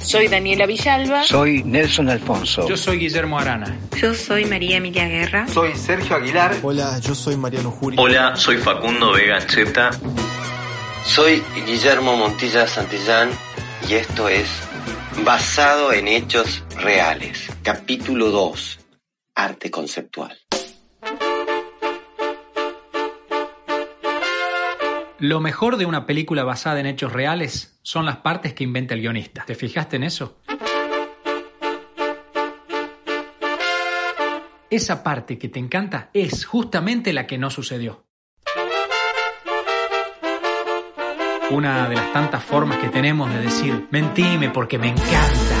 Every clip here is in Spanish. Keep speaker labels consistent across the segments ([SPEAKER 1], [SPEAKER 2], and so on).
[SPEAKER 1] Soy Daniela Villalba.
[SPEAKER 2] Soy Nelson Alfonso.
[SPEAKER 3] Yo soy Guillermo Arana.
[SPEAKER 4] Yo soy María Emilia Guerra.
[SPEAKER 5] Soy Sergio Aguilar.
[SPEAKER 6] Hola, yo soy Mariano Juri.
[SPEAKER 7] Hola, soy Facundo Vega Cheta.
[SPEAKER 8] Soy Guillermo Montilla Santillán y esto es Basado en Hechos Reales, capítulo 2, Arte Conceptual.
[SPEAKER 3] Lo mejor de una película basada en hechos reales son las partes que inventa el guionista. ¿Te fijaste en eso? Esa parte que te encanta es justamente la que no sucedió. Una de las tantas formas que tenemos de decir, mentime porque me encanta.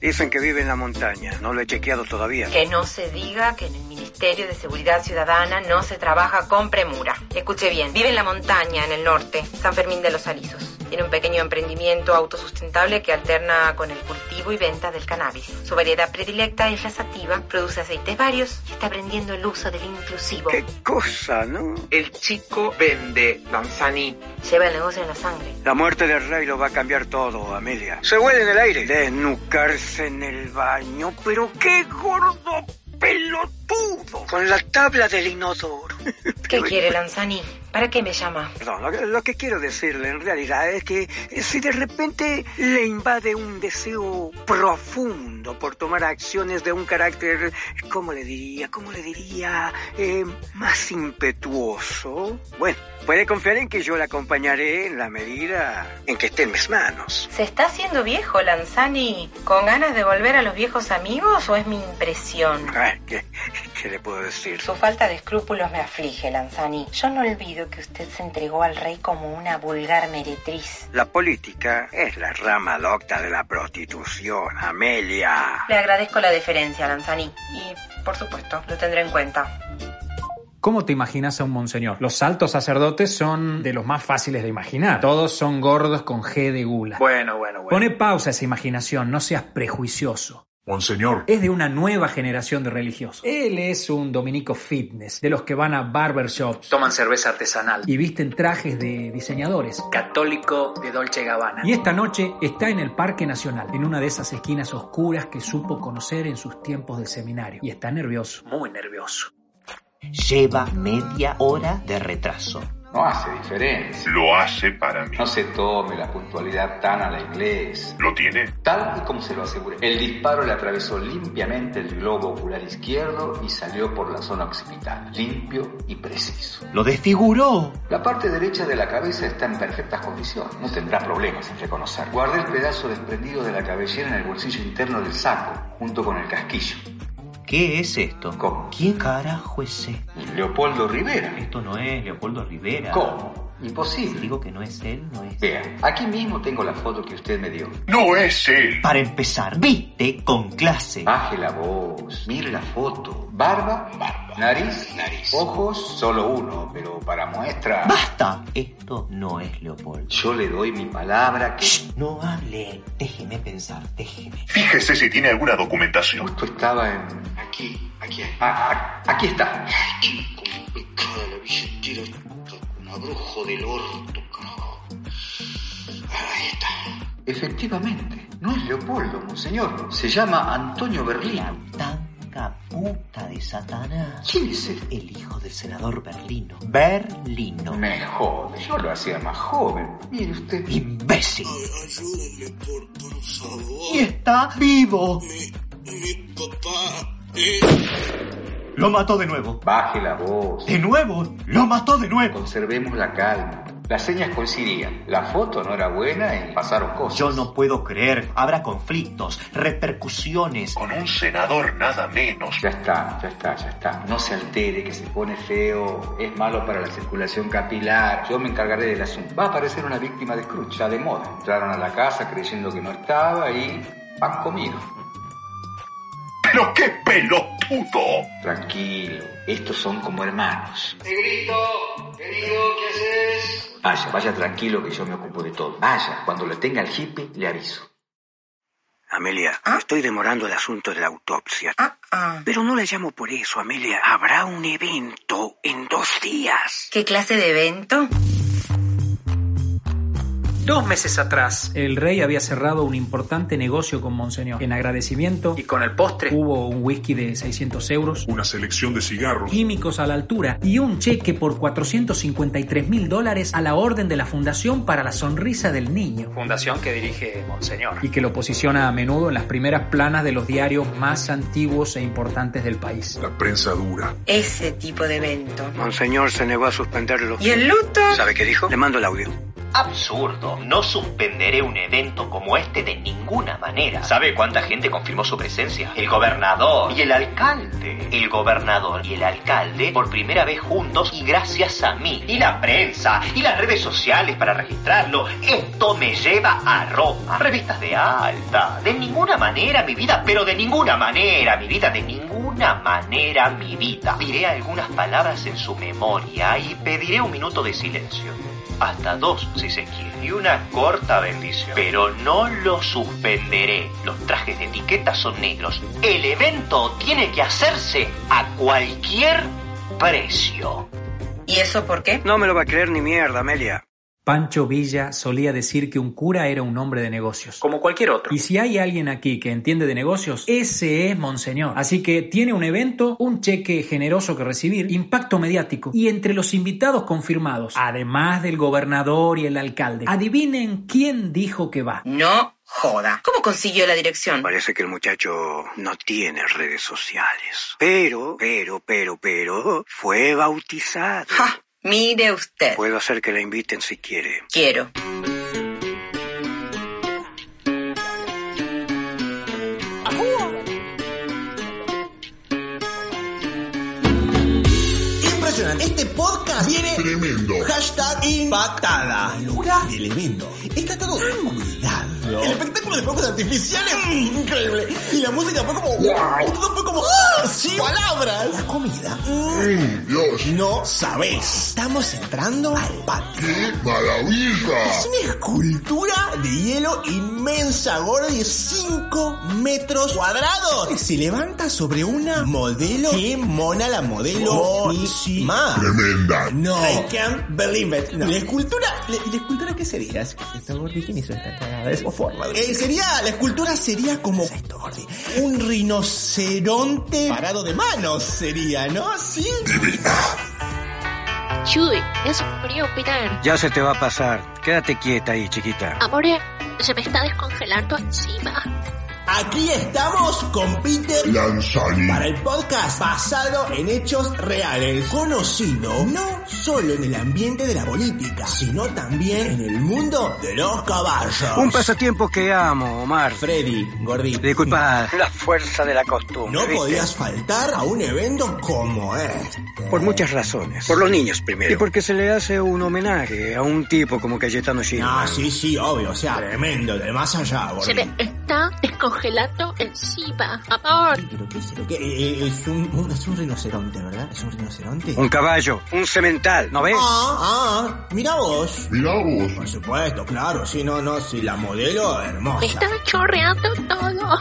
[SPEAKER 9] Dicen que vive en la montaña, no lo he chequeado todavía.
[SPEAKER 10] Que no se diga que en el Ministerio de Seguridad Ciudadana no se trabaja con premura. Escuche bien, vive en la montaña, en el norte, San Fermín de los Alisos. Tiene un pequeño emprendimiento autosustentable que alterna con el cultivo y venta del cannabis. Su variedad predilecta es la sativa, produce aceites varios y está aprendiendo el uso del inclusivo.
[SPEAKER 9] ¡Qué cosa, no!
[SPEAKER 11] El chico vende Lanzani.
[SPEAKER 10] Lleva el negocio en la sangre.
[SPEAKER 9] La muerte del rey lo va a cambiar todo, Amelia. Se huele en el aire. Desnucarse en el baño, pero qué gordo pelotudo con la tabla del inodoro.
[SPEAKER 10] ¿Qué quiere Lanzani? ¿Para qué me llama?
[SPEAKER 9] Perdón, lo, lo, que quiero decirle en realidad es que eh, si de repente le invade un deseo profundo por tomar acciones de un carácter, ¿cómo le diría? ¿Cómo le diría? Eh, más impetuoso. Bueno, puede confiar en que yo la acompañaré en la medida en que esté en mis manos.
[SPEAKER 10] ¿Se está haciendo viejo, Lanzani? ¿Con ganas de volver a los viejos amigos o es mi impresión?
[SPEAKER 9] Ay, ¿qué, ¿Qué le puedo decir?
[SPEAKER 10] Su falta de escrúpulos me aflige, Lanzani. Yo no olvido que usted se entregó al rey como una vulgar meretriz.
[SPEAKER 9] La política es la rama docta de la prostitución, Amelia.
[SPEAKER 10] Le agradezco la deferencia, Lanzani. Y, por supuesto, lo tendré en cuenta.
[SPEAKER 3] ¿Cómo te imaginas a un monseñor? Los altos sacerdotes son de los más fáciles de imaginar. Todos son gordos con G de gula.
[SPEAKER 9] Bueno, bueno, bueno.
[SPEAKER 3] Pone pausa a esa imaginación, no seas prejuicioso.
[SPEAKER 12] Monseñor.
[SPEAKER 3] Es de una nueva generación de religiosos. Él es un dominico fitness, de los que van a barbershops.
[SPEAKER 13] Toman cerveza artesanal.
[SPEAKER 3] Y visten trajes de diseñadores.
[SPEAKER 13] Católico de Dolce Gabbana.
[SPEAKER 3] Y esta noche está en el Parque Nacional, en una de esas esquinas oscuras que supo conocer en sus tiempos de seminario. Y está nervioso.
[SPEAKER 13] Muy nervioso.
[SPEAKER 14] Lleva media hora de retraso.
[SPEAKER 15] No hace diferencia.
[SPEAKER 12] Lo hace para mí.
[SPEAKER 15] No se tome la puntualidad tan a la inglés.
[SPEAKER 12] ¿Lo tiene?
[SPEAKER 15] Tal y como se lo aseguré. El disparo le atravesó limpiamente el globo ocular izquierdo y salió por la zona occipital. Limpio y preciso.
[SPEAKER 14] ¡Lo desfiguró!
[SPEAKER 15] La parte derecha de la cabeza está en perfectas condiciones. No tendrá problemas en reconocer. Guardé el pedazo desprendido de la cabellera en el bolsillo interno del saco, junto con el casquillo.
[SPEAKER 14] ¿Qué es esto?
[SPEAKER 15] ¿Cómo?
[SPEAKER 14] ¿Quién carajo es este?
[SPEAKER 15] Leopoldo Rivera.
[SPEAKER 14] Esto no es Leopoldo Rivera.
[SPEAKER 15] ¿Cómo? Imposible.
[SPEAKER 14] Digo que no es él, no es.
[SPEAKER 15] Vea, aquí mismo tengo la foto que usted me dio.
[SPEAKER 12] No es él.
[SPEAKER 14] Para empezar, viste con clase.
[SPEAKER 15] Baje la voz. Mire la foto. Barba, barba. Nariz, nariz. Ojos, solo uno, pero para muestra.
[SPEAKER 14] ¡Basta! Esto no es Leopoldo.
[SPEAKER 15] Yo le doy mi palabra que.
[SPEAKER 14] Shh, no hable. Déjeme pensar, déjeme.
[SPEAKER 12] Fíjese si tiene alguna documentación.
[SPEAKER 15] Justo estaba en aquí, aquí, ah, aquí está.
[SPEAKER 16] Ay, qué complicada la billetera, un abrujo del orto, carajo. Ahí está.
[SPEAKER 15] Efectivamente, no es Leopoldo, monseñor. Se llama Antonio Berlino.
[SPEAKER 14] La tanga puta de Satanás.
[SPEAKER 15] ¿Quién es este? él?
[SPEAKER 14] El hijo del senador Berlino. Berlino.
[SPEAKER 15] Me jode, yo lo hacía más joven. Mire usted.
[SPEAKER 14] ¡Imbécil!
[SPEAKER 16] Ay, ayúdenme, por, por favor.
[SPEAKER 14] ¡Y está vivo!
[SPEAKER 16] Mi, mi papá.
[SPEAKER 14] Lo mató de nuevo.
[SPEAKER 15] Baje la voz.
[SPEAKER 14] De nuevo. Lo mató de nuevo.
[SPEAKER 15] Conservemos la calma. Las señas coincidían. La foto no era buena y pasaron cosas.
[SPEAKER 14] Yo no puedo creer. Habrá conflictos, repercusiones.
[SPEAKER 12] Con un senador nada menos.
[SPEAKER 15] Ya está, ya está, ya está. No se altere, que se pone feo. Es malo para la circulación capilar. Yo me encargaré del asunto. Va a aparecer una víctima de escrucha, de moda. Entraron a la casa creyendo que no estaba y han comido.
[SPEAKER 12] ¡Pero qué pelotudo!
[SPEAKER 15] Tranquilo, estos son como hermanos.
[SPEAKER 16] Negrito, querido, ¿qué haces?
[SPEAKER 15] Vaya, vaya tranquilo que yo me ocupo de todo. Vaya, cuando lo tenga el hippie, le aviso.
[SPEAKER 9] Amelia, ¿Ah? estoy demorando el asunto de la autopsia.
[SPEAKER 10] Ah, ah.
[SPEAKER 9] Pero no la llamo por eso, Amelia. Habrá un evento en dos días.
[SPEAKER 10] ¿Qué clase de evento?
[SPEAKER 3] Dos meses atrás, el rey había cerrado un importante negocio con Monseñor. En agradecimiento
[SPEAKER 13] y con el postre
[SPEAKER 3] hubo un whisky de 600 euros,
[SPEAKER 1] una selección de cigarros,
[SPEAKER 3] químicos a la altura y un cheque por 453 mil dólares a la orden de la Fundación para la Sonrisa del Niño.
[SPEAKER 13] Fundación que dirige Monseñor.
[SPEAKER 3] Y que lo posiciona a menudo en las primeras planas de los diarios más antiguos e importantes del país.
[SPEAKER 1] La prensa dura.
[SPEAKER 10] Ese tipo de evento.
[SPEAKER 9] Monseñor se negó a suspenderlo.
[SPEAKER 10] ¿Y el luto?
[SPEAKER 9] ¿Sabe qué dijo? Le mando el audio.
[SPEAKER 2] Absurdo. No suspenderé un evento como este de ninguna manera. ¿Sabe cuánta gente confirmó su presencia? El gobernador y el alcalde. El gobernador y el alcalde por primera vez juntos y gracias a mí. Y la prensa y las redes sociales para registrarlo. Esto me lleva a Roma. Revistas de alta. De ninguna manera mi vida, pero de ninguna manera mi vida, de ninguna manera mi vida. Diré algunas palabras en su memoria y pediré un minuto de silencio hasta dos si se quiere, y una corta bendición. Pero no lo suspenderé. Los trajes de etiqueta son negros. El evento tiene que hacerse a cualquier precio.
[SPEAKER 10] ¿Y eso por qué?
[SPEAKER 9] No me lo va a creer ni mierda, Amelia.
[SPEAKER 3] Pancho Villa solía decir que un cura era un hombre de negocios.
[SPEAKER 13] Como cualquier otro.
[SPEAKER 3] Y si hay alguien aquí que entiende de negocios, ese es Monseñor. Así que tiene un evento, un cheque generoso que recibir, impacto mediático. Y entre los invitados confirmados, además del gobernador y el alcalde, adivinen quién dijo que va.
[SPEAKER 10] No joda. ¿Cómo consiguió la dirección?
[SPEAKER 9] Parece que el muchacho no tiene redes sociales. Pero, pero, pero, pero, fue bautizado.
[SPEAKER 10] ¡Ja! Mire usted.
[SPEAKER 9] Puedo hacer que la inviten si quiere.
[SPEAKER 10] Quiero.
[SPEAKER 5] Impresionante. Este podcast viene
[SPEAKER 12] tremendo.
[SPEAKER 5] Hashtag impactada. Locura elemento. Está todo tan cuidado. El espectáculo de fuegos artificiales mm, increíble. Y la música fue como wow. Todo fue como ¡Ah! sin palabras. La comida.
[SPEAKER 12] Mm, Dios.
[SPEAKER 5] No sabes. Estamos entrando al patio.
[SPEAKER 12] ¡Qué maravilla!
[SPEAKER 5] Es una escultura de hielo inmensa, gorda de 5 metros cuadrados. Que se levanta sobre una modelo. ¡Qué mona la modelo! Buenísima.
[SPEAKER 12] Tremenda.
[SPEAKER 5] No. Oh, I can't believe it. No. La escultura. La, la escultura que sería? ¿Esta gordi quién hizo esta cagada? Es forma. Eh, sería. La escultura sería como. Esto, gordi. Un rinoceronte parado de manos sería, ¿no? Sí.
[SPEAKER 12] Divina.
[SPEAKER 6] Chuy, es frío, Peter.
[SPEAKER 9] Ya se te va a pasar. Quédate quieta ahí, chiquita.
[SPEAKER 6] Amore, se me está descongelando encima.
[SPEAKER 5] Aquí estamos con Peter
[SPEAKER 12] Lanzani
[SPEAKER 5] para el podcast basado en hechos reales, conocido no solo en el ambiente de la política, sino también en el mundo de los caballos.
[SPEAKER 9] Un pasatiempo que amo, Omar.
[SPEAKER 5] Freddy, gordito.
[SPEAKER 9] Disculpa. La fuerza de la costumbre.
[SPEAKER 5] No ¿viste? podías faltar a un evento como este.
[SPEAKER 9] Por muchas razones. Por los niños primero. Y porque se le hace un homenaje a un tipo como Cayetano Gilman.
[SPEAKER 5] Ah, sí, sí, obvio. O sea, tremendo, de más allá,
[SPEAKER 6] gordito. Se me está descongelando gelato encima. Amor.
[SPEAKER 5] ¿Pero qué es lo que eh, es? Un, un, es un rinoceronte, ¿verdad? ¿Es un rinoceronte?
[SPEAKER 9] Un caballo. Un cemental, ¿no ves?
[SPEAKER 5] Ah, ah, mira vos.
[SPEAKER 12] Mira vos.
[SPEAKER 5] Por supuesto, claro. Sí, no, no, sí, la modelo hermosa.
[SPEAKER 6] Me está chorreando todo.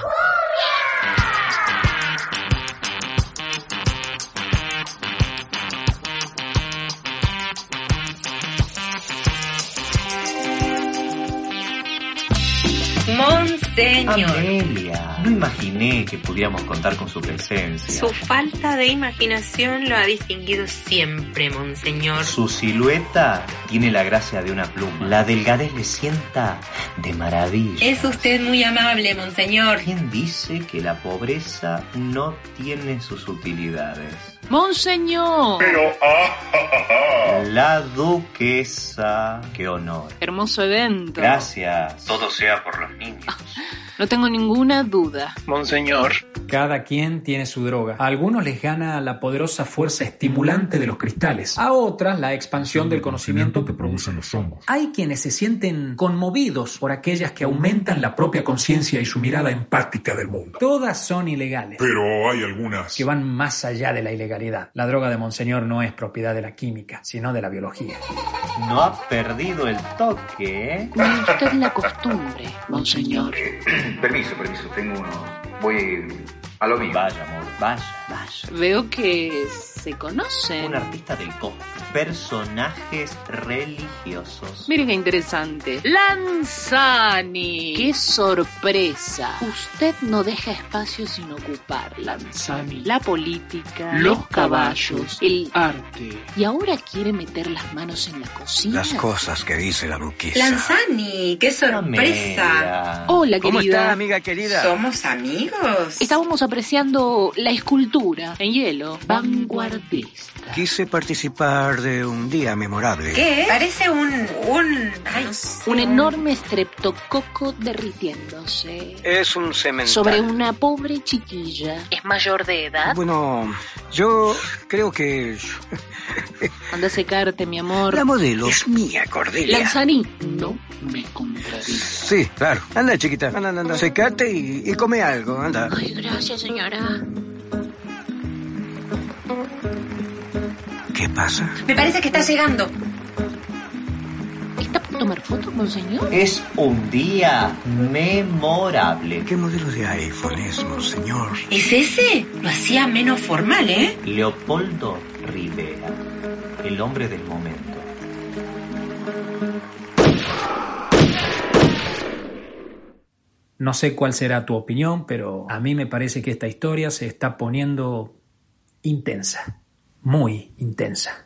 [SPEAKER 10] Monseñor.
[SPEAKER 2] Amelia, no imaginé que pudiéramos contar con su presencia.
[SPEAKER 4] Su falta de imaginación lo ha distinguido siempre, Monseñor.
[SPEAKER 2] Su silueta tiene la gracia de una pluma. La delgadez le sienta de maravilla.
[SPEAKER 4] Es usted muy amable, Monseñor.
[SPEAKER 2] ¿Quién dice que la pobreza no tiene sus utilidades?
[SPEAKER 6] Monseñor.
[SPEAKER 12] Pero, ah, ah, ah,
[SPEAKER 2] La duquesa. Qué honor.
[SPEAKER 6] Hermoso evento.
[SPEAKER 2] Gracias.
[SPEAKER 7] Todo sea por los niños.
[SPEAKER 6] No tengo ninguna duda.
[SPEAKER 11] Monseñor.
[SPEAKER 3] Cada quien tiene su droga. A algunos les gana la poderosa fuerza estimulante de los cristales. A otras la expansión del conocimiento que producen los hongos. Hay quienes se sienten conmovidos por aquellas que aumentan la propia conciencia y su mirada empática del mundo. Todas son ilegales.
[SPEAKER 1] Pero hay algunas
[SPEAKER 3] que van más allá de la ilegalidad. La droga de Monseñor no es propiedad de la química, sino de la biología.
[SPEAKER 2] No ha perdido el toque.
[SPEAKER 6] No es usted la costumbre, Monseñor.
[SPEAKER 15] permiso, permiso, tengo uno. Voy a lo mío.
[SPEAKER 2] Vaya, amor, vaya,
[SPEAKER 6] vaya. Veo que se conocen.
[SPEAKER 2] Un artista del cómic. Personajes religiosos.
[SPEAKER 6] Miren qué interesante. Lanzani. ¡Qué sorpresa! Usted no deja espacio sin ocupar. Lanzani. La política.
[SPEAKER 17] Los caballos.
[SPEAKER 6] El
[SPEAKER 17] arte.
[SPEAKER 6] Y ahora quiere meter las manos en la cocina.
[SPEAKER 5] Las cosas que dice la duquesa.
[SPEAKER 10] Lanzani, qué sorpresa.
[SPEAKER 6] Hola,
[SPEAKER 5] ¿Cómo
[SPEAKER 6] querida.
[SPEAKER 5] está, amiga querida?
[SPEAKER 10] Somos amigos.
[SPEAKER 6] Estábamos apreciando la escultura en hielo. Vanguardista.
[SPEAKER 5] Quise participar de un día memorable.
[SPEAKER 10] ¿Qué? Parece un. un. ay,
[SPEAKER 6] Un enorme estreptococo derritiéndose.
[SPEAKER 5] Es un cementerio.
[SPEAKER 6] Sobre una pobre chiquilla. Es mayor de edad.
[SPEAKER 5] Bueno, yo creo que
[SPEAKER 6] Anda a secarte, mi amor.
[SPEAKER 5] la modelo es mía, Cordelia.
[SPEAKER 6] Lanzani. No.
[SPEAKER 5] Sí, claro. Anda, chiquita. Anda, anda, anda. Secate y, y come algo. Anda.
[SPEAKER 6] Gracias, señora.
[SPEAKER 5] ¿Qué pasa?
[SPEAKER 10] Me parece que está llegando.
[SPEAKER 6] ¿Está por tomar fotos, monseñor?
[SPEAKER 2] Es un día memorable.
[SPEAKER 5] ¿Qué modelo de iPhone es, monseñor?
[SPEAKER 10] ¿Es ese? Lo hacía menos formal, ¿eh?
[SPEAKER 2] Leopoldo Rivera, el hombre del momento.
[SPEAKER 3] No sé cuál será tu opinión, pero a mí me parece que esta historia se está poniendo intensa, muy intensa.